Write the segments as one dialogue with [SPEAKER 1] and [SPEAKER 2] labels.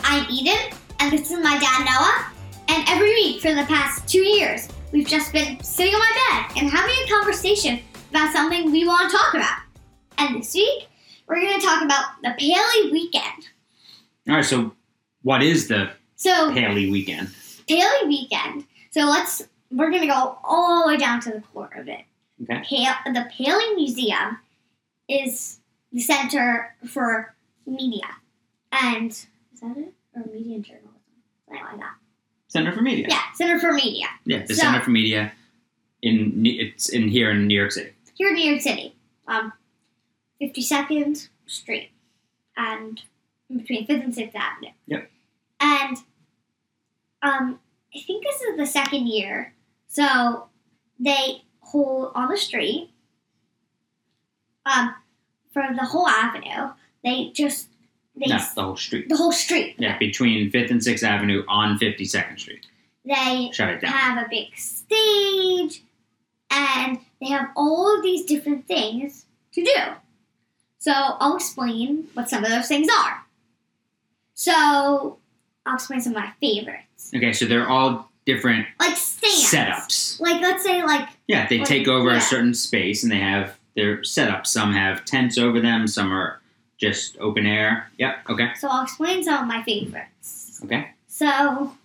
[SPEAKER 1] I'm Eden, and this is my dad Noah. And every week for the past two years, we've just been sitting on my bed and having a conversation about something we want to talk about. And this week, we're going to talk about the Paley Weekend.
[SPEAKER 2] All right, so what is the
[SPEAKER 1] So,
[SPEAKER 2] Paley weekend?
[SPEAKER 1] Paley Weekend. So let's we're going to go all the way down to the core of it.
[SPEAKER 2] Okay.
[SPEAKER 1] Pale, the Paley Museum is the center for media and is that it or media and journalism something like that.
[SPEAKER 2] Center for Media.
[SPEAKER 1] Yeah, Center for Media
[SPEAKER 2] Yeah, the
[SPEAKER 1] So-
[SPEAKER 2] Center for Media in New- it's in here in New York City.
[SPEAKER 1] here in New York City, um, 52nd Street and in between 5th and 6th Avenue.
[SPEAKER 2] Yep.
[SPEAKER 1] And um, I think this is the second year. So they hold on the street um, for the whole avenue. They just, they,
[SPEAKER 2] No, the whole street.
[SPEAKER 1] the whole street,
[SPEAKER 2] Yeah, between Fifth and Sixth Avenue on Fifty Second Street.
[SPEAKER 1] they
[SPEAKER 2] Shut it down.
[SPEAKER 1] have a big stage and they have all of these different things to do. So I'll explain what some of those things are. So I'll explain some of my favorites.
[SPEAKER 2] Okay, so they're all different
[SPEAKER 1] Like stands.
[SPEAKER 2] setups.
[SPEAKER 1] Like let's say like
[SPEAKER 2] Yeah, they
[SPEAKER 1] Like,
[SPEAKER 2] take over
[SPEAKER 1] yeah.
[SPEAKER 2] a certain space and they have their setups. Some have tents over them. Some are just open air. Yep. Okay.
[SPEAKER 1] so I'll explain some of my favorites.
[SPEAKER 2] Okay.
[SPEAKER 1] So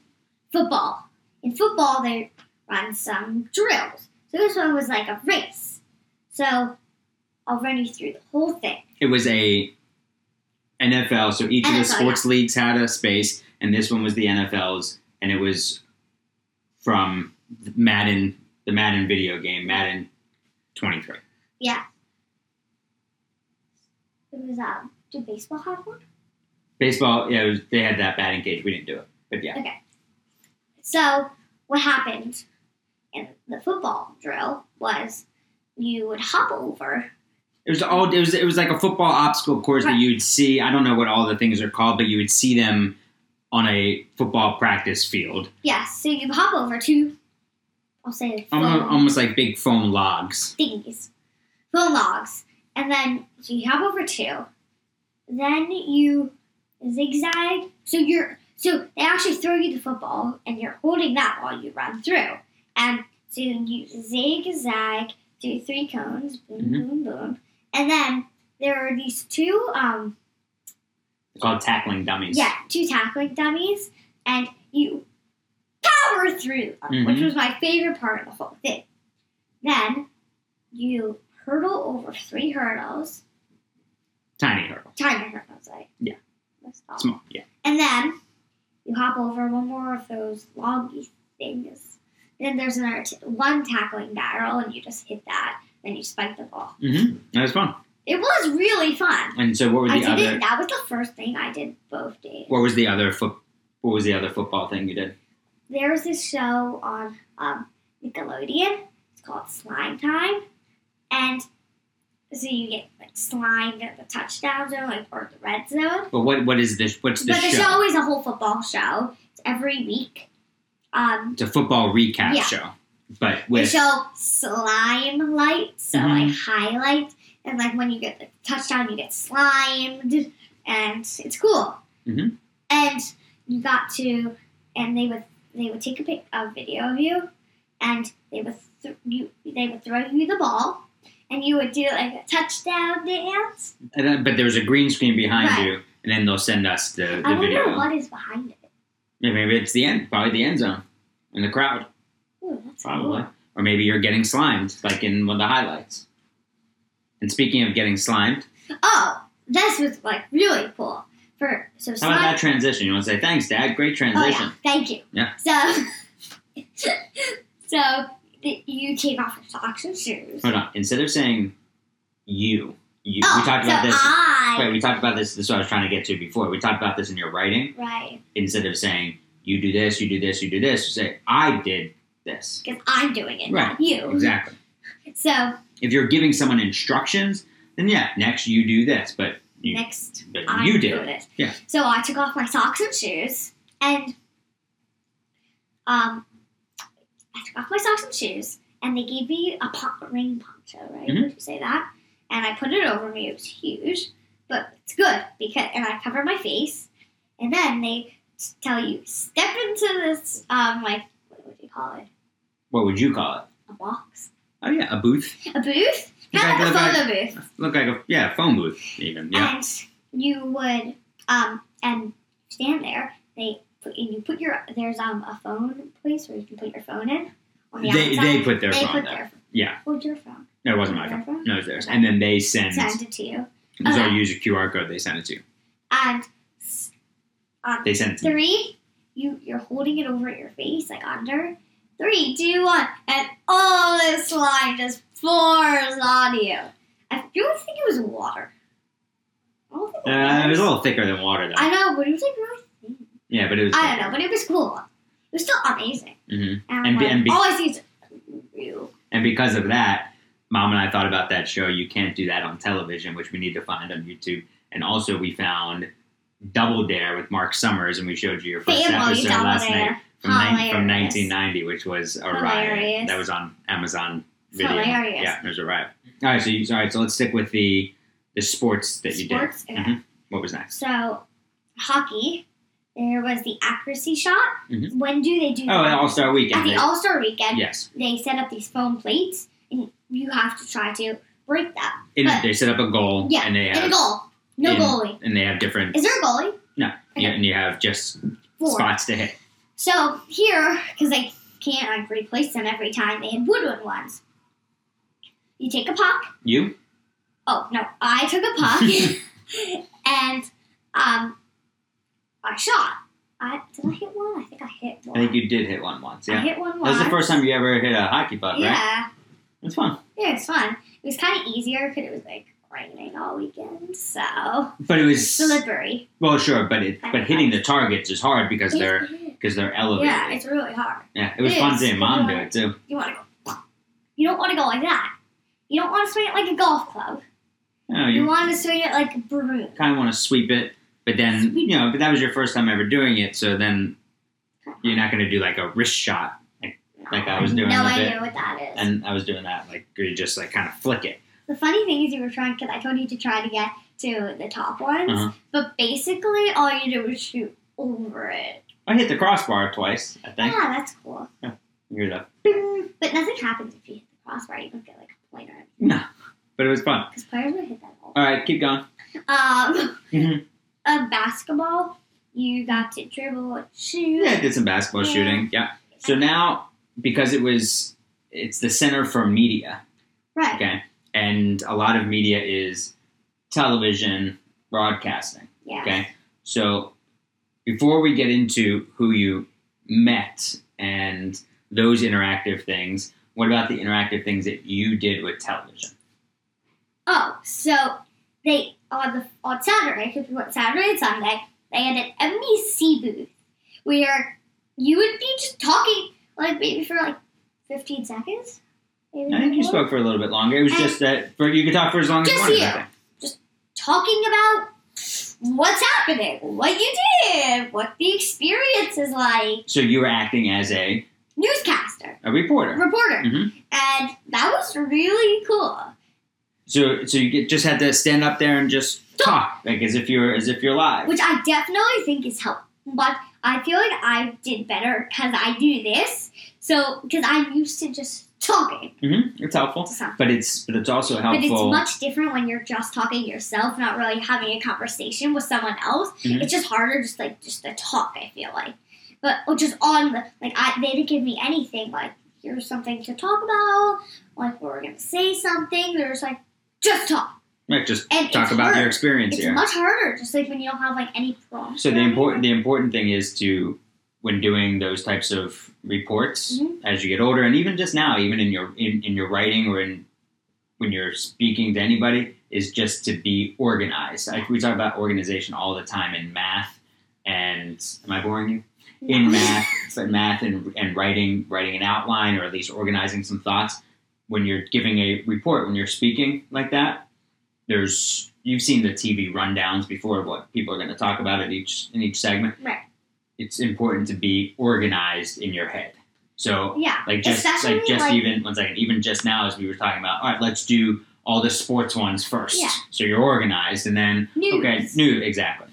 [SPEAKER 1] football. In football they run some drills. So this one was like a race. So I'll run you through the whole thing.
[SPEAKER 2] it was a NFL. So each of the
[SPEAKER 1] NFL,
[SPEAKER 2] sports leagues had a space, and this one was the NFL's, and it was from Madden, the Madden video game, Madden 23.
[SPEAKER 1] It was um did baseball have one?
[SPEAKER 2] Baseball, yeah, it was, they had that batting cage. We didn't do it, but yeah,
[SPEAKER 1] So what happened in the football drill was you would hop over.
[SPEAKER 2] it was all it was. It was like a football obstacle course that
[SPEAKER 1] Right.
[SPEAKER 2] you'd see. I don't know what all the things are called, but you would see them on a football practice field,
[SPEAKER 1] Yes, so you hop over to I'll say foam
[SPEAKER 2] almost, almost like big foam logs.
[SPEAKER 1] thingies, foam logs, and then so you hop over to. Then you zigzag. So you're so they actually throw you the football, and you're holding that while you run through. And so you zigzag through three cones, boom,
[SPEAKER 2] Mhm.
[SPEAKER 1] boom, boom, and then there are these two um,
[SPEAKER 2] They're called tackling dummies.
[SPEAKER 1] Yeah, two tackling dummies, and you power through, them, which
[SPEAKER 2] Mhm.
[SPEAKER 1] was my favorite part of the whole thing. Then you hurdle over three hurdles,
[SPEAKER 2] tiny hurdle,
[SPEAKER 1] tiny hurdles, like
[SPEAKER 2] Yeah.
[SPEAKER 1] that's all.
[SPEAKER 2] small. Yeah,
[SPEAKER 1] And then you hop over one more of those loggy things. Then there's another t- one tackling barrel, and you just hit that, then you spike the ball.
[SPEAKER 2] hmm that was fun.
[SPEAKER 1] It was really fun.
[SPEAKER 2] And so, what were
[SPEAKER 1] I
[SPEAKER 2] the
[SPEAKER 1] did
[SPEAKER 2] other?
[SPEAKER 1] it. That was the first thing I did both days.
[SPEAKER 2] What was the other foot? What was the other football thing you did?
[SPEAKER 1] there's this show on um, Nickelodeon. It's called Slime Time, and so you get like slime at the touchdown zone, like or the red zone.
[SPEAKER 2] But what what is this? What's this
[SPEAKER 1] but the show. is a whole football show. It's every week. Um,
[SPEAKER 2] It's a football recap
[SPEAKER 1] Yeah.
[SPEAKER 2] show, but
[SPEAKER 1] they
[SPEAKER 2] with
[SPEAKER 1] show slime lights, so
[SPEAKER 2] Mhm.
[SPEAKER 1] like highlights, and like when you get the touchdown, you get slimed, and it's cool.
[SPEAKER 2] Mhm.
[SPEAKER 1] And you got to, and they would they would take a pic, a video of you, and they would th- you they would throw you the ball, and you would do like a touchdown dance.
[SPEAKER 2] and then- but there was a green screen behind
[SPEAKER 1] Right.
[SPEAKER 2] you, and then they'll send us the,
[SPEAKER 1] I
[SPEAKER 2] the
[SPEAKER 1] wonder
[SPEAKER 2] video.
[SPEAKER 1] what is behind it.
[SPEAKER 2] Yeah, Maybe it's the end, probably the end zone, and the crowd
[SPEAKER 1] Ooh, that's
[SPEAKER 2] probably,
[SPEAKER 1] Cool.
[SPEAKER 2] or maybe you're getting slimed like in one of the highlights. And speaking of getting slimed,
[SPEAKER 1] Oh, this was like really cool. For so
[SPEAKER 2] how about
[SPEAKER 1] slime-
[SPEAKER 2] that transition? You want to say thanks, Dad? Great
[SPEAKER 1] Oh
[SPEAKER 2] transition.
[SPEAKER 1] yeah, thank you.
[SPEAKER 2] Yeah.
[SPEAKER 1] So, so th- you take off your socks and shoes.
[SPEAKER 2] Hold on. Instead of saying you, you
[SPEAKER 1] oh,
[SPEAKER 2] we talked about
[SPEAKER 1] so
[SPEAKER 2] this.
[SPEAKER 1] I,
[SPEAKER 2] Wait, we talked about this. This is what I was trying to get to before. We talked about this in your writing.
[SPEAKER 1] right,
[SPEAKER 2] Instead of saying you do this, you do this, you do this, you say I did this.
[SPEAKER 1] because I'm doing it,
[SPEAKER 2] Right,
[SPEAKER 1] not you.
[SPEAKER 2] Exactly.
[SPEAKER 1] So
[SPEAKER 2] If you're giving someone instructions, then yeah, next you do this, but you,
[SPEAKER 1] next,
[SPEAKER 2] but
[SPEAKER 1] I
[SPEAKER 2] you
[SPEAKER 1] do
[SPEAKER 2] did it.
[SPEAKER 1] it.
[SPEAKER 2] Yeah.
[SPEAKER 1] So I took off my socks and shoes, and um, I took off my socks and shoes, and they gave me a pon- rain poncho, right?
[SPEAKER 2] Mhm.
[SPEAKER 1] Would you say that? And I put it over me. It was huge, but it's good because, and I covered my face, and then they t- tell you step into this um like what would you call it?
[SPEAKER 2] What would you call it?
[SPEAKER 1] A box,
[SPEAKER 2] Oh yeah, a booth.
[SPEAKER 1] a booth, kind of
[SPEAKER 2] Exactly,
[SPEAKER 1] like a photo booth.
[SPEAKER 2] Look like a yeah, phone booth even. Yeah.
[SPEAKER 1] and you would um and stand there. They put and you put your there's um a phone place where you can put your phone in. On the
[SPEAKER 2] they
[SPEAKER 1] outside.
[SPEAKER 2] they put their
[SPEAKER 1] they
[SPEAKER 2] phone
[SPEAKER 1] put
[SPEAKER 2] there.
[SPEAKER 1] their
[SPEAKER 2] Yeah.
[SPEAKER 1] What was your phone?
[SPEAKER 2] No, it wasn't my
[SPEAKER 1] Their
[SPEAKER 2] phone. No, it was theirs. And then they send
[SPEAKER 1] Send it to you.
[SPEAKER 2] so
[SPEAKER 1] Okay.
[SPEAKER 2] you use a QR code, they send it to you.
[SPEAKER 1] And s- on
[SPEAKER 2] They send it to me.
[SPEAKER 1] three, you you're holding it over your face like under. Three, two, one, and all this slime just pours on you. I really think it was water. I don't think it
[SPEAKER 2] Uh, it was
[SPEAKER 1] was.
[SPEAKER 2] a little thicker than water though.
[SPEAKER 1] I know, but it was like really thin.
[SPEAKER 2] yeah, but it was
[SPEAKER 1] I don't know, but it was cool. It was still amazing.
[SPEAKER 2] hmm
[SPEAKER 1] And,
[SPEAKER 2] And
[SPEAKER 1] and,
[SPEAKER 2] be- and be-
[SPEAKER 1] all I see is you.
[SPEAKER 2] And because of that, mom and I thought about that show. You can't do that on television, which we need to find on YouTube. And also, we found Double Dare with Mark Summers, and we showed you your first
[SPEAKER 1] Family
[SPEAKER 2] episode
[SPEAKER 1] double
[SPEAKER 2] last night
[SPEAKER 1] there.
[SPEAKER 2] from, nine from
[SPEAKER 1] Hilarious.
[SPEAKER 2] 1990, which was a riot.
[SPEAKER 1] Hilarious.
[SPEAKER 2] That was on Amazon Video.
[SPEAKER 1] Hilarious.
[SPEAKER 2] Yeah, there's a riot. All right, so you, all right, so let's stick with the the sports that you did.
[SPEAKER 1] Sports. Okay.
[SPEAKER 2] Mhm. What was next?
[SPEAKER 1] So hockey. There was the accuracy shot.
[SPEAKER 2] Mhm.
[SPEAKER 1] When do they do
[SPEAKER 2] Oh,
[SPEAKER 1] that?
[SPEAKER 2] and All Star Weekend.
[SPEAKER 1] At the
[SPEAKER 2] They-
[SPEAKER 1] All Star Weekend,
[SPEAKER 2] yes,
[SPEAKER 1] they set up these foam plates, and you have to try to break that.
[SPEAKER 2] In-
[SPEAKER 1] But-
[SPEAKER 2] they set up a goal,
[SPEAKER 1] Yeah,
[SPEAKER 2] and they have
[SPEAKER 1] And a goal. No
[SPEAKER 2] in-
[SPEAKER 1] goalie.
[SPEAKER 2] and they have different.
[SPEAKER 1] Is there a goalie?
[SPEAKER 2] yeah, and you have just
[SPEAKER 1] Four.
[SPEAKER 2] spots to hit.
[SPEAKER 1] So here, because I can't like replace them every time, they had wooden ones. You take a puck,
[SPEAKER 2] You
[SPEAKER 1] Oh no, I took a puck and um I shot. I did I hit one? I think I hit
[SPEAKER 2] I
[SPEAKER 1] one.
[SPEAKER 2] think you did hit one once.
[SPEAKER 1] I
[SPEAKER 2] Yeah,
[SPEAKER 1] hit one
[SPEAKER 2] that was
[SPEAKER 1] once.
[SPEAKER 2] the first time you ever hit a hockey puck, right?
[SPEAKER 1] Yeah.
[SPEAKER 2] That's fun,
[SPEAKER 1] Yeah, it's fun. It was kinda easier because it was like raining all weekend, so
[SPEAKER 2] but it was
[SPEAKER 1] slippery.
[SPEAKER 2] well, sure, but it but hitting the targets is hard because they're because they're elevated.
[SPEAKER 1] Yeah, it's really hard.
[SPEAKER 2] Yeah, it was
[SPEAKER 1] it
[SPEAKER 2] fun
[SPEAKER 1] is.
[SPEAKER 2] seeing mom do it too.
[SPEAKER 1] You wanna go You don't wanna go like that. You don't wanna swing it like a golf club.
[SPEAKER 2] You, know,
[SPEAKER 1] You
[SPEAKER 2] you
[SPEAKER 1] wanna swing it like a broom.
[SPEAKER 2] kind of want to sweep it, but then you know, but that was your first time ever doing it, so then you're not going to do like a wrist shot, like, like I was doing
[SPEAKER 1] No
[SPEAKER 2] with it.
[SPEAKER 1] idea what that is.
[SPEAKER 2] And I was doing that, like where you just like kind of flick it.
[SPEAKER 1] The funny thing is, you were trying because I told you to try to get to the top ones,
[SPEAKER 2] Uh-huh.
[SPEAKER 1] but basically all you did was shoot over it.
[SPEAKER 2] I hit the crossbar twice. I think
[SPEAKER 1] Yeah, that's cool.
[SPEAKER 2] you're the
[SPEAKER 1] But nothing happens if you hit the crossbar. You don't get like a point or anything
[SPEAKER 2] no, but it was fun.
[SPEAKER 1] because players would hit that all.
[SPEAKER 2] All right, keep going.
[SPEAKER 1] Um,
[SPEAKER 2] Mhm.
[SPEAKER 1] uh, basketball, you got to dribble, shoot.
[SPEAKER 2] Yeah, I did some basketball
[SPEAKER 1] Yeah.
[SPEAKER 2] shooting. Yeah. So now, because it was, it's the center for media,
[SPEAKER 1] Right.
[SPEAKER 2] okay, and a lot of media is television broadcasting.
[SPEAKER 1] Yeah.
[SPEAKER 2] Okay. So before we get into who you met and those interactive things, what about the interactive things that you did with television?
[SPEAKER 1] Oh, so they on the on Saturday because we went Saturday and Sunday. They had an MDC booth where you would be just talking like maybe for like fifteen seconds. Maybe
[SPEAKER 2] I think you
[SPEAKER 1] more.
[SPEAKER 2] spoke for a little bit longer. It was
[SPEAKER 1] I-
[SPEAKER 2] just that for, you could talk for as long as you
[SPEAKER 1] Mm-hmm. Just
[SPEAKER 2] wanted.
[SPEAKER 1] you.
[SPEAKER 2] I think.
[SPEAKER 1] talking about what's happening, what you did, what the experience is like.
[SPEAKER 2] So you were acting as a,
[SPEAKER 1] Newscaster,
[SPEAKER 2] a reporter.
[SPEAKER 1] reporter,
[SPEAKER 2] Mhm.
[SPEAKER 1] and that was really cool.
[SPEAKER 2] So, so you get, just had to stand up there and just talk, like as if you're as if you're live.
[SPEAKER 1] which I definitely think is helpful. But I feel like I did better because I do this. So because I'm used to just talking
[SPEAKER 2] hmm It's helpful,
[SPEAKER 1] to something.
[SPEAKER 2] but it's but it's also
[SPEAKER 1] But it's
[SPEAKER 2] helpful.
[SPEAKER 1] much different when you're just talking yourself, not really having a conversation with someone else.
[SPEAKER 2] Mhm.
[SPEAKER 1] It's just harder, just like just to talk. I feel like, but or just on the like I they didn't give me anything. Like here's something to talk about. Like we're gonna say something. There's like just talk
[SPEAKER 2] Right, just
[SPEAKER 1] and
[SPEAKER 2] talk
[SPEAKER 1] it's
[SPEAKER 2] about
[SPEAKER 1] hard.
[SPEAKER 2] your experience
[SPEAKER 1] It's
[SPEAKER 2] here.
[SPEAKER 1] much harder, just like when you don't have like any prompts.
[SPEAKER 2] so
[SPEAKER 1] or
[SPEAKER 2] the
[SPEAKER 1] anything.
[SPEAKER 2] important the important thing is to when doing those types of reports
[SPEAKER 1] Mhm.
[SPEAKER 2] as you get older, and even just now, even in your in, in your writing or in when you're speaking to anybody, is just to be organized. Like we talk about organization all the time in math. And am I boring you? in math, but math and, and writing, writing an outline or at least organizing some thoughts. When you're giving a report, when you're speaking like that, there's you've seen the TV rundowns before of what people are going to talk about at each in each segment.
[SPEAKER 1] Right.
[SPEAKER 2] It's important to be organized in your head. So
[SPEAKER 1] yeah.
[SPEAKER 2] like just
[SPEAKER 1] Especially,
[SPEAKER 2] like just
[SPEAKER 1] like-
[SPEAKER 2] even one second, even just now as we were talking about, all right, let's do all the sports ones first.
[SPEAKER 1] Yeah.
[SPEAKER 2] So you're organized and then
[SPEAKER 1] News.
[SPEAKER 2] okay, new exactly.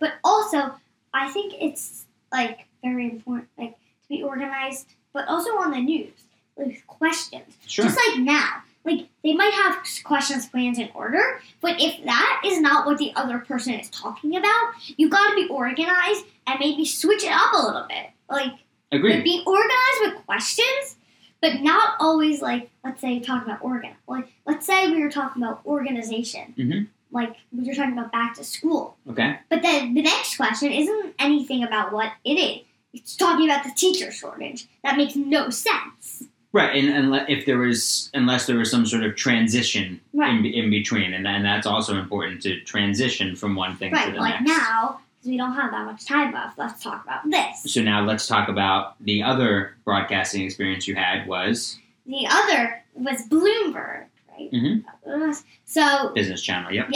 [SPEAKER 1] But also, I think it's like very important, like to be organized, but also on the news, like questions.
[SPEAKER 2] Sure.
[SPEAKER 1] Just like now, like they might have questions, plans in order, but if that is not what the other person is talking about, you got to be organized and maybe switch it up a little bit. Like
[SPEAKER 2] Agreed.
[SPEAKER 1] like, being organized with questions, but not always like let's say talking about organ. Like let's say we were talking about organization.
[SPEAKER 2] Mhm.
[SPEAKER 1] Like we were talking about back to school.
[SPEAKER 2] Okay.
[SPEAKER 1] But then the next question isn't anything about what it is. It's talking about the teacher shortage. That makes no sense.
[SPEAKER 2] Right. And, and le- if there was, unless there was some sort of transition in,
[SPEAKER 1] Right.
[SPEAKER 2] be- in between, and, and that's also important to transition from one thing Mm-hmm. to
[SPEAKER 1] Right.
[SPEAKER 2] the
[SPEAKER 1] Like
[SPEAKER 2] next.
[SPEAKER 1] now, because we don't have that much time left, let's talk about this.
[SPEAKER 2] So now let's talk about the other broadcasting experience you had was
[SPEAKER 1] The other was Bloomberg, right?
[SPEAKER 2] Mhm.
[SPEAKER 1] Uh, So
[SPEAKER 2] Business Channel. Yep.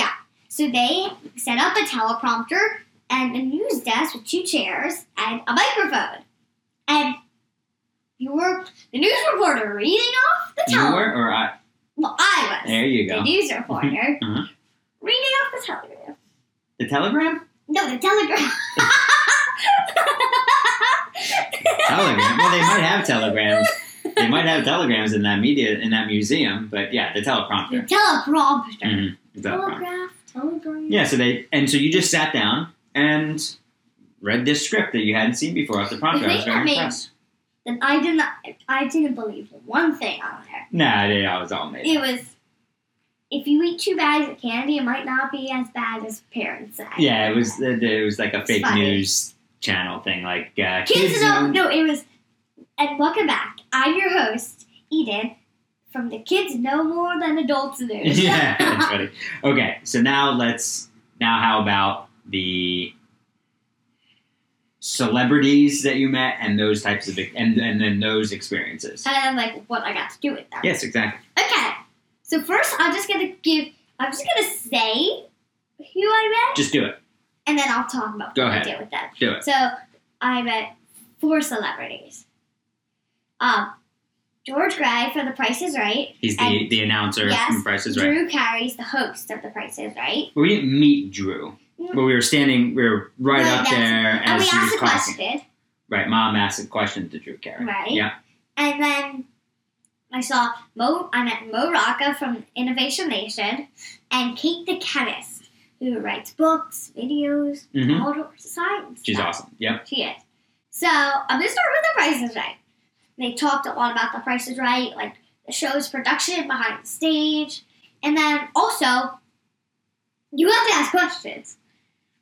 [SPEAKER 1] So they set up a teleprompter and a news desk with two chairs and a microphone. And you were the news reporter reading off the
[SPEAKER 2] You
[SPEAKER 1] tele.
[SPEAKER 2] were, or I,
[SPEAKER 1] Well, I was
[SPEAKER 2] there you
[SPEAKER 1] the
[SPEAKER 2] go.
[SPEAKER 1] news reporter
[SPEAKER 2] Uh-huh.
[SPEAKER 1] reading off the telegraph.
[SPEAKER 2] The Telegram.
[SPEAKER 1] No, the telegraph.
[SPEAKER 2] Telegram. Well, they might have telegrams. They might have telegrams in that media in that museum, but yeah, the
[SPEAKER 1] The
[SPEAKER 2] teleprompter.
[SPEAKER 1] teleprompter.
[SPEAKER 2] Mhm, the teleprompter.
[SPEAKER 1] Telegraph. Telegraph.
[SPEAKER 2] Yeah. So they and so you just sat down and read this script that you hadn't seen before off the prompter. I was
[SPEAKER 1] thing
[SPEAKER 2] very
[SPEAKER 1] that made-
[SPEAKER 2] impressed.
[SPEAKER 1] And I did not. I didn't believe one thing on there.
[SPEAKER 2] Nah, they, I was all made.
[SPEAKER 1] It
[SPEAKER 2] up.
[SPEAKER 1] was. If you eat two bags of candy, it might not be as bad as parents say.
[SPEAKER 2] yeah, it was it, it was like a
[SPEAKER 1] It's
[SPEAKER 2] fake
[SPEAKER 1] funny.
[SPEAKER 2] news channel thing, like uh,
[SPEAKER 1] Kids Zone.
[SPEAKER 2] don't
[SPEAKER 1] No, it was. And welcome back. I'm your host, Eden, from the Kids Know More Than Adults News.
[SPEAKER 2] yeah, that's funny. Okay, so now let's now how about the celebrities that you met and those types of and and then those experiences.
[SPEAKER 1] and like what I got to do with them.
[SPEAKER 2] Yes, exactly.
[SPEAKER 1] Okay. So first, I'm just gonna give. I'm just gonna say who I met,
[SPEAKER 2] Just do it.
[SPEAKER 1] and then I'll talk about
[SPEAKER 2] Go
[SPEAKER 1] what
[SPEAKER 2] ahead.
[SPEAKER 1] I did with them.
[SPEAKER 2] Do it.
[SPEAKER 1] So I met four celebrities. Um, George Gray for The Price Is Right.
[SPEAKER 2] He's the
[SPEAKER 1] And-
[SPEAKER 2] the announcer
[SPEAKER 1] Yes,
[SPEAKER 2] from Price is Right.
[SPEAKER 1] Drew Carey's the host of The Price Is Right.
[SPEAKER 2] We didn't meet Drew, but we were standing. We were right,
[SPEAKER 1] Right,
[SPEAKER 2] up
[SPEAKER 1] that's-
[SPEAKER 2] there
[SPEAKER 1] and
[SPEAKER 2] as
[SPEAKER 1] we
[SPEAKER 2] she was
[SPEAKER 1] asked a
[SPEAKER 2] talking.
[SPEAKER 1] question.
[SPEAKER 2] Right, Mom asked a question to Drew Carey.
[SPEAKER 1] Right.
[SPEAKER 2] Yeah.
[SPEAKER 1] And then I saw Mo. I met Mo Rocca from Innovation Nation, and Kate the chemist, who writes books, videos,
[SPEAKER 2] Mhm.
[SPEAKER 1] all sorts of science.
[SPEAKER 2] She's
[SPEAKER 1] stuff.
[SPEAKER 2] awesome. Yep.
[SPEAKER 1] She is. So I'm gonna start with the Price Is Right. They talked a lot about the Price Is Right, like the show's production behind the stage, and then also you have to ask questions.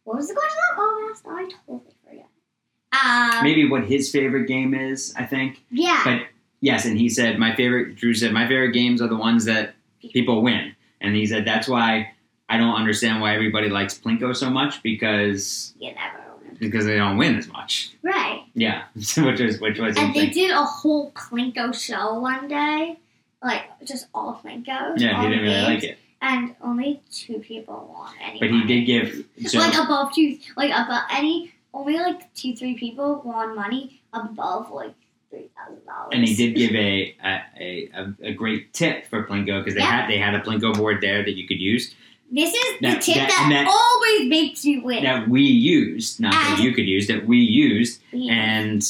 [SPEAKER 1] What was the question Oh, that mom asked? I totally forgot. Um,
[SPEAKER 2] Maybe what his favorite game is, I think.
[SPEAKER 1] yeah.
[SPEAKER 2] But yes, and he said my favorite. Drew said my favorite games are the ones that people win, and he said that's why I don't understand why everybody likes Plinko so much because
[SPEAKER 1] You never remember.
[SPEAKER 2] because they don't win as much.
[SPEAKER 1] Right.
[SPEAKER 2] Yeah, which was which was
[SPEAKER 1] And they
[SPEAKER 2] interesting.
[SPEAKER 1] did a whole Plinko show one day. Like, just all Plinko.
[SPEAKER 2] Yeah,
[SPEAKER 1] all
[SPEAKER 2] he didn't really
[SPEAKER 1] games,
[SPEAKER 2] like it,
[SPEAKER 1] And only two people won anyway.
[SPEAKER 2] but he did give. So,
[SPEAKER 1] like, above two, like, above any, only like two, three people won money above like $3,000.
[SPEAKER 2] and he did give a a, a, a- a great tip for Plinko because they
[SPEAKER 1] Yeah.
[SPEAKER 2] had they had a Plinko board there that you could use
[SPEAKER 1] This is the
[SPEAKER 2] That-
[SPEAKER 1] tip
[SPEAKER 2] that-
[SPEAKER 1] that,
[SPEAKER 2] and that-
[SPEAKER 1] always makes you win.
[SPEAKER 2] that we used, not that
[SPEAKER 1] And-
[SPEAKER 2] you could use that we used,
[SPEAKER 1] Yeah.
[SPEAKER 2] and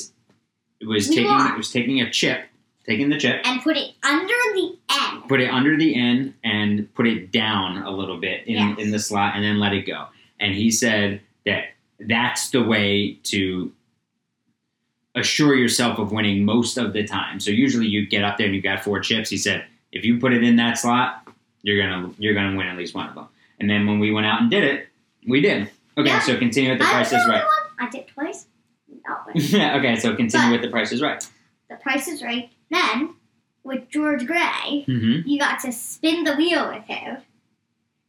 [SPEAKER 2] it was
[SPEAKER 1] We
[SPEAKER 2] taking
[SPEAKER 1] won.
[SPEAKER 2] it was taking a chip, taking the chip,
[SPEAKER 1] and put it under the end.
[SPEAKER 2] put it under the end and put it down a little bit in,
[SPEAKER 1] Yes.
[SPEAKER 2] in the slot and then let it go. And he said that that's the way to assure yourself of winning most of the time. So usually you get up there and you've got four chips. He said, if you put it in that slot, you're gonna you're gonna win at least one of them. And then when we went out and did it, we did. Okay,
[SPEAKER 1] Yeah.
[SPEAKER 2] so continue with the
[SPEAKER 1] I was
[SPEAKER 2] price
[SPEAKER 1] the
[SPEAKER 2] is
[SPEAKER 1] only
[SPEAKER 2] right.
[SPEAKER 1] one. I did twice. Not win.
[SPEAKER 2] okay, so continue
[SPEAKER 1] But-
[SPEAKER 2] with the price is right.
[SPEAKER 1] the price is right. Then, with George Gray,
[SPEAKER 2] hmm
[SPEAKER 1] you got to spin the wheel with him.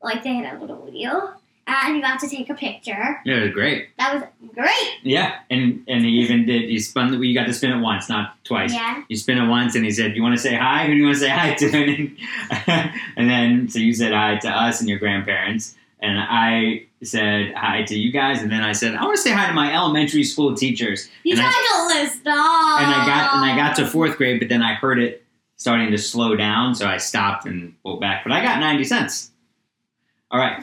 [SPEAKER 1] Like they had a little wheel. And you got to take a picture.
[SPEAKER 2] Yeah, it was great.
[SPEAKER 1] That was great.
[SPEAKER 2] Yeah, and and he even did. He spun. the- You got to spin it once, not twice.
[SPEAKER 1] Yeah.
[SPEAKER 2] you spin it once and he said, You want to say hi? Who do you want to say hi to? And then, and then so you said hi to us and your grandparents. And I said hi to you guys. And then I said, I want to say hi to my elementary school teachers.
[SPEAKER 1] You
[SPEAKER 2] And I-
[SPEAKER 1] tried to list off.
[SPEAKER 2] And I got and I got to fourth grade, but then I heard it starting to slow down, so I stopped and pulled back. But I got ninety cents. All right.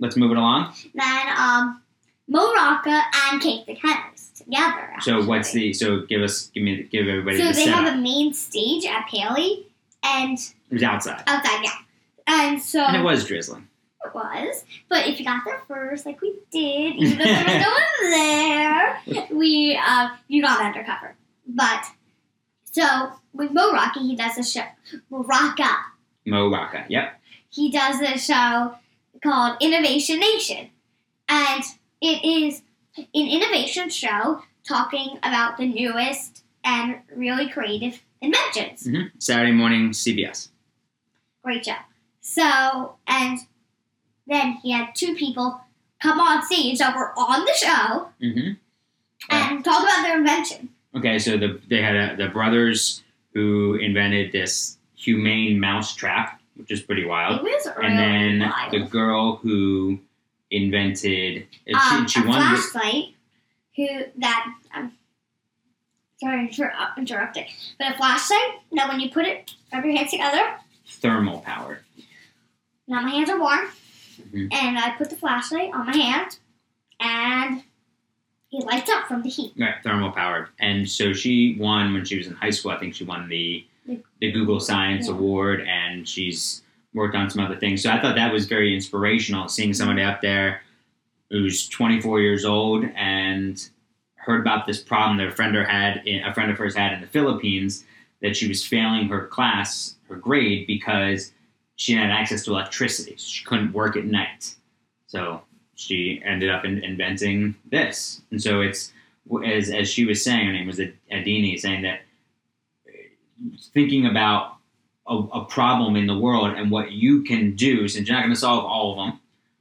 [SPEAKER 2] Let's move it along.
[SPEAKER 1] Then um Mo Rocca and Cake the Chemist together.
[SPEAKER 2] So what's
[SPEAKER 1] actually.
[SPEAKER 2] the so give us give me give everybody
[SPEAKER 1] So
[SPEAKER 2] the
[SPEAKER 1] they
[SPEAKER 2] setup.
[SPEAKER 1] have a main stage at Paley and
[SPEAKER 2] it was outside,
[SPEAKER 1] outside, yeah. And so
[SPEAKER 2] and it was drizzling.
[SPEAKER 1] It was, but if you got there first, like we did, even though there was no one there, we uh, you got undercover. But so with Mo Rocky, he does a show. Mo Rocca,
[SPEAKER 2] Mo Rocca, yep.
[SPEAKER 1] he does a show called Innovation Nation, and it is an innovation show talking about the newest and really creative inventions.
[SPEAKER 2] hmm Saturday morning, CBS.
[SPEAKER 1] great job. So, and then he had two people come on stage that were on the show
[SPEAKER 2] hmm
[SPEAKER 1] and talk about their invention.
[SPEAKER 2] Okay, so the they had a, the brothers who invented this humane mouse trap, which is pretty wild,
[SPEAKER 1] It was really
[SPEAKER 2] and then
[SPEAKER 1] wild.
[SPEAKER 2] the girl who invented she,
[SPEAKER 1] um,
[SPEAKER 2] she
[SPEAKER 1] a
[SPEAKER 2] won. the-
[SPEAKER 1] flashlight who that um, sorry for uh, interrupting, but a flashlight that when you put it, rub your hands together.
[SPEAKER 2] thermal power.
[SPEAKER 1] Now my hands are warm,
[SPEAKER 2] Mhm.
[SPEAKER 1] and I put the flashlight on my hand, and it lights up from the heat.
[SPEAKER 2] Right, thermal power. And so she won when she was in high school. I think she won the
[SPEAKER 1] The-
[SPEAKER 2] the Google Science
[SPEAKER 1] yeah.
[SPEAKER 2] Award, and she's worked on some other things. So I thought that was very inspirational, seeing somebody up there who's 24 years old and heard about this problem that a friend her had, in, a friend of hers had in the Philippines, that she was failing her class, her grade, because she didn't have access to electricity. She couldn't work at night, so she ended up in, inventing this. And so it's as as she was saying, her name was Ad- Adini, saying that thinking about a, a problem in the world and what you can do, since you're not going to solve all of them,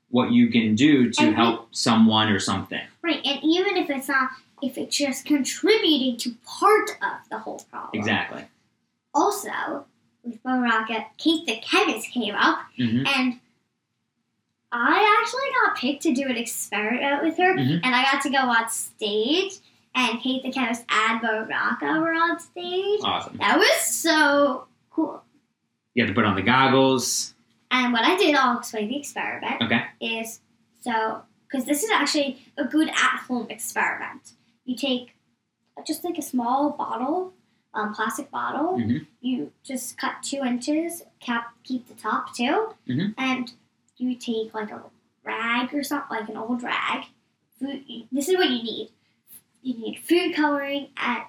[SPEAKER 2] what you can do to
[SPEAKER 1] And we-
[SPEAKER 2] help someone or something.
[SPEAKER 1] Right, and even if it's not, if it's just contributing to part of the whole problem.
[SPEAKER 2] Exactly.
[SPEAKER 1] Also, with Bo Rocket, Kate the Chemist came up,
[SPEAKER 2] hmm
[SPEAKER 1] and I actually got picked to do an experiment with her,
[SPEAKER 2] Mhm.
[SPEAKER 1] and I got to go on stage, and Kate the Chemist and Bo Rocca were on stage.
[SPEAKER 2] Awesome.
[SPEAKER 1] That was so cool.
[SPEAKER 2] You have to put on the goggles.
[SPEAKER 1] And what I did, I'll explain the experiment.
[SPEAKER 2] Okay.
[SPEAKER 1] Is so because this is actually a good at-home experiment. You take just like a small bottle, um, plastic bottle.
[SPEAKER 2] Mhm.
[SPEAKER 1] You just cut two inches, cap keep the top too,
[SPEAKER 2] Mhm.
[SPEAKER 1] and you take like a rag or something, like an old rag. Food. This is what you need. You need food coloring and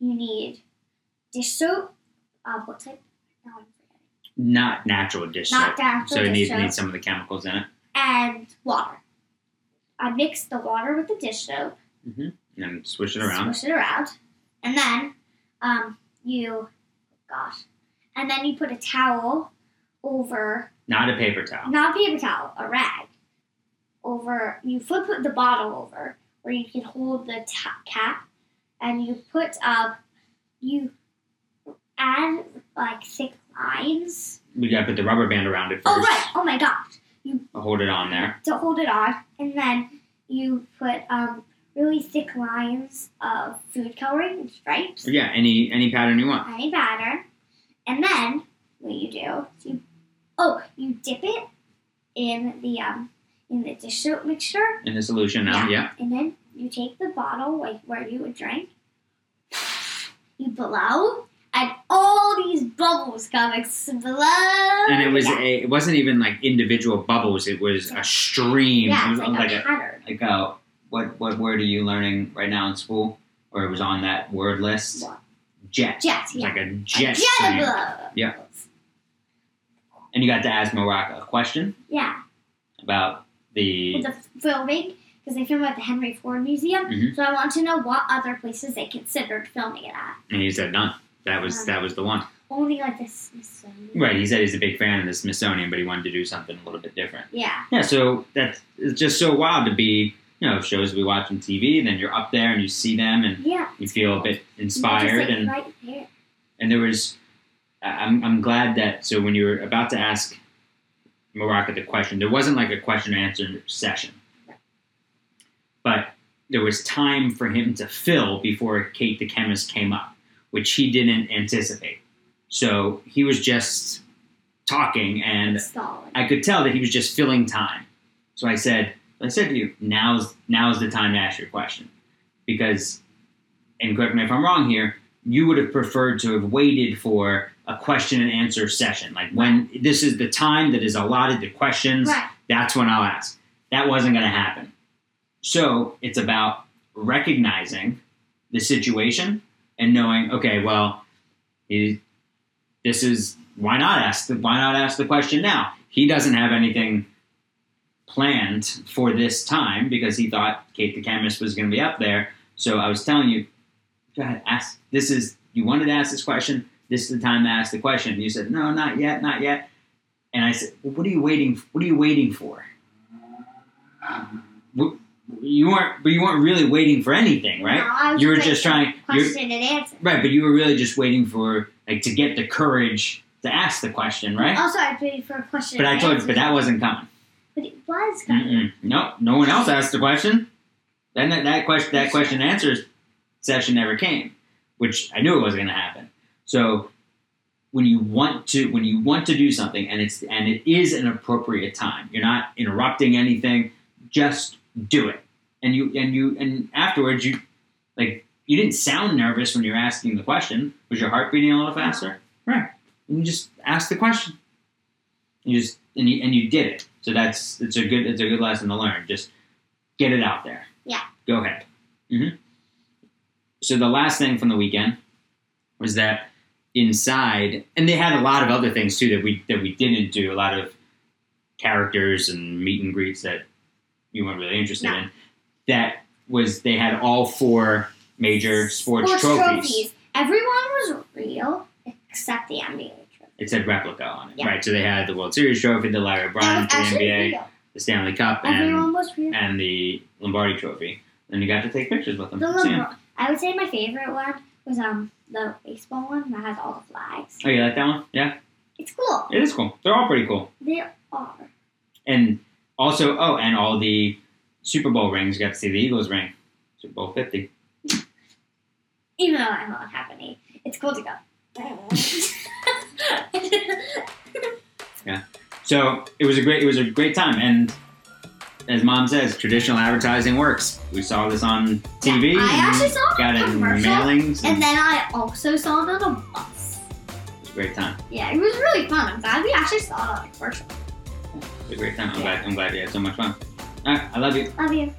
[SPEAKER 1] you need dish soap. Uh, what type? No, I'm forgetting.
[SPEAKER 2] Not natural dish
[SPEAKER 1] Not
[SPEAKER 2] soap.
[SPEAKER 1] down.
[SPEAKER 2] So it needs, needs some of the chemicals in it.
[SPEAKER 1] and water. I mix the water with the dish soap,
[SPEAKER 2] And then swish it around.
[SPEAKER 1] swish it around, and then um, you, gosh, and then you put a towel over,
[SPEAKER 2] Not a paper towel.
[SPEAKER 1] not a paper towel, a rag, over. You flip the bottle over where you can hold the ta- cap, and you put up, you add like thick lines.
[SPEAKER 2] We got to put the rubber band around it first.
[SPEAKER 1] Oh right! Oh my gosh!
[SPEAKER 2] Hold it on there.
[SPEAKER 1] to hold it on, and then you put um, really thick lines of food coloring and stripes,
[SPEAKER 2] Yeah, any any pattern you want.
[SPEAKER 1] any batter, and then what you do is you oh you dip it in the um in the dish soap mixture,
[SPEAKER 2] In the solution now. Yeah.
[SPEAKER 1] and then you take the bottle like where you would drink, you blow, and all these bubbles come explode.
[SPEAKER 2] and it was
[SPEAKER 1] Yeah,
[SPEAKER 2] a, it wasn't even like individual bubbles. It was a stream.
[SPEAKER 1] yeah
[SPEAKER 2] it was
[SPEAKER 1] it's like, a pattern.
[SPEAKER 2] like a what what word are you learning right now in school? Or it was on that word list.
[SPEAKER 1] What?
[SPEAKER 2] Jet.
[SPEAKER 1] Jet,
[SPEAKER 2] It was
[SPEAKER 1] yeah.
[SPEAKER 2] like a jet.
[SPEAKER 1] Jet
[SPEAKER 2] stream.
[SPEAKER 1] blows.
[SPEAKER 2] Yeah. And you got to ask Morocco a question
[SPEAKER 1] Yeah.
[SPEAKER 2] about the.
[SPEAKER 1] with the filming because they film at the Henry Ford Museum.
[SPEAKER 2] Mhm.
[SPEAKER 1] So I want to know what other places they considered filming it at.
[SPEAKER 2] And he said none. That
[SPEAKER 1] Uh-huh.
[SPEAKER 2] was that was the one.
[SPEAKER 1] Only like the Smithsonian.
[SPEAKER 2] Right. He said he's a big fan of the Smithsonian, but he wanted to do something a little bit different.
[SPEAKER 1] Yeah.
[SPEAKER 2] Yeah. So that's it's just so wild to be. You know, shows we watch on TV, then you're up there and you see them and
[SPEAKER 1] Yeah.
[SPEAKER 2] you feel a bit
[SPEAKER 1] Just,
[SPEAKER 2] inspired
[SPEAKER 1] like,
[SPEAKER 2] and
[SPEAKER 1] right there.
[SPEAKER 2] and there was I- I'm, I'm glad that so when you were about to ask Morocco the question there wasn't like a question and answer session but there was time for him to fill before Kate the chemist came up which he didn't anticipate so he was just talking and
[SPEAKER 1] Solid.
[SPEAKER 2] I could tell that he was just filling time so I said I said to you, now's now's the time to ask your question, because, and correct me if I'm wrong here, you would have preferred to have waited for a question and answer session, like when this is the time that is allotted to questions.
[SPEAKER 1] Right.
[SPEAKER 2] That's when I'll ask. That wasn't going to happen. So it's about recognizing the situation and knowing, okay, well, he, this is why not ask the why not ask the question now? He doesn't have anything planned for this time because he thought Kate the chemist was going to be up there. So I was telling you, go ahead, ask. This is you wanted to ask this question. This is the time to ask the question. And you said, no, not yet, not yet. And I said, well, what are you waiting? What are you waiting for? Wh- You weren't, but you weren't really waiting for anything, right?
[SPEAKER 1] No, I was
[SPEAKER 2] you were
[SPEAKER 1] waiting
[SPEAKER 2] just
[SPEAKER 1] for
[SPEAKER 2] trying. You're,
[SPEAKER 1] Question and answer.
[SPEAKER 2] Right, but you were really just waiting for like to get the courage to ask the question, right?
[SPEAKER 1] Also, Oh, I was waiting for a question.
[SPEAKER 2] But I
[SPEAKER 1] and
[SPEAKER 2] told you,
[SPEAKER 1] answer.
[SPEAKER 2] but that wasn't coming.
[SPEAKER 1] But it was coming.
[SPEAKER 2] Mm-mm. No, no one else asked the question. Then that, that question, that question and answers session never came, which I knew it wasn't going to happen. So when you want to, when you want to do something, and it's and it is an appropriate time, you're not interrupting anything. Just do it, and you and you and afterwards you like you didn't sound nervous when you were asking the question. Was your heart beating a little faster? Right. And you just ask the question. You just and you and you did it. So that's it's a good it's a good lesson to learn. Just get it out there.
[SPEAKER 1] Yeah.
[SPEAKER 2] Go ahead. hmm So the last thing from the weekend was that inside, and they had a lot of other things too that we that we didn't do. A lot of characters and meet and greets that you weren't really interested
[SPEAKER 1] No.
[SPEAKER 2] in. That was they had all four major sports,
[SPEAKER 1] Sports
[SPEAKER 2] trophies.
[SPEAKER 1] Everyone was real except the NBA trophy.
[SPEAKER 2] It said replica on it,
[SPEAKER 1] Yeah.
[SPEAKER 2] right? So they had the World Series trophy, the Larry O'Brien,
[SPEAKER 1] That
[SPEAKER 2] the
[SPEAKER 1] was actually
[SPEAKER 2] NBA,
[SPEAKER 1] real.
[SPEAKER 2] the Stanley Cup, and
[SPEAKER 1] Everyone was real.
[SPEAKER 2] and the Lombardi Trophy. And you got to take pictures with them.
[SPEAKER 1] The
[SPEAKER 2] See 'em.
[SPEAKER 1] LeBron. I would say my favorite one was um the baseball one that has all the flags.
[SPEAKER 2] Oh, you like that one? Yeah,
[SPEAKER 1] It's cool.
[SPEAKER 2] it is cool. They're all pretty cool.
[SPEAKER 1] They are.
[SPEAKER 2] And also, oh, and all the Super Bowl rings. You got to see the Eagles ring, Super Bowl Fifty.
[SPEAKER 1] Even though I'm not happy, it's cool to go.
[SPEAKER 2] So it was a great it was a great time. And as Mom says, traditional advertising works. We saw this on TV.
[SPEAKER 1] Yeah, I
[SPEAKER 2] and
[SPEAKER 1] actually saw
[SPEAKER 2] got
[SPEAKER 1] a
[SPEAKER 2] in
[SPEAKER 1] commercial,
[SPEAKER 2] mailings.
[SPEAKER 1] and then I also saw it on a bus.
[SPEAKER 2] it was a great time.
[SPEAKER 1] Yeah, it was really fun. I'm glad we actually saw it on a commercial.
[SPEAKER 2] It was a great time. I'm glad I'm glad you had so much fun. All right, I love you.
[SPEAKER 1] Love you.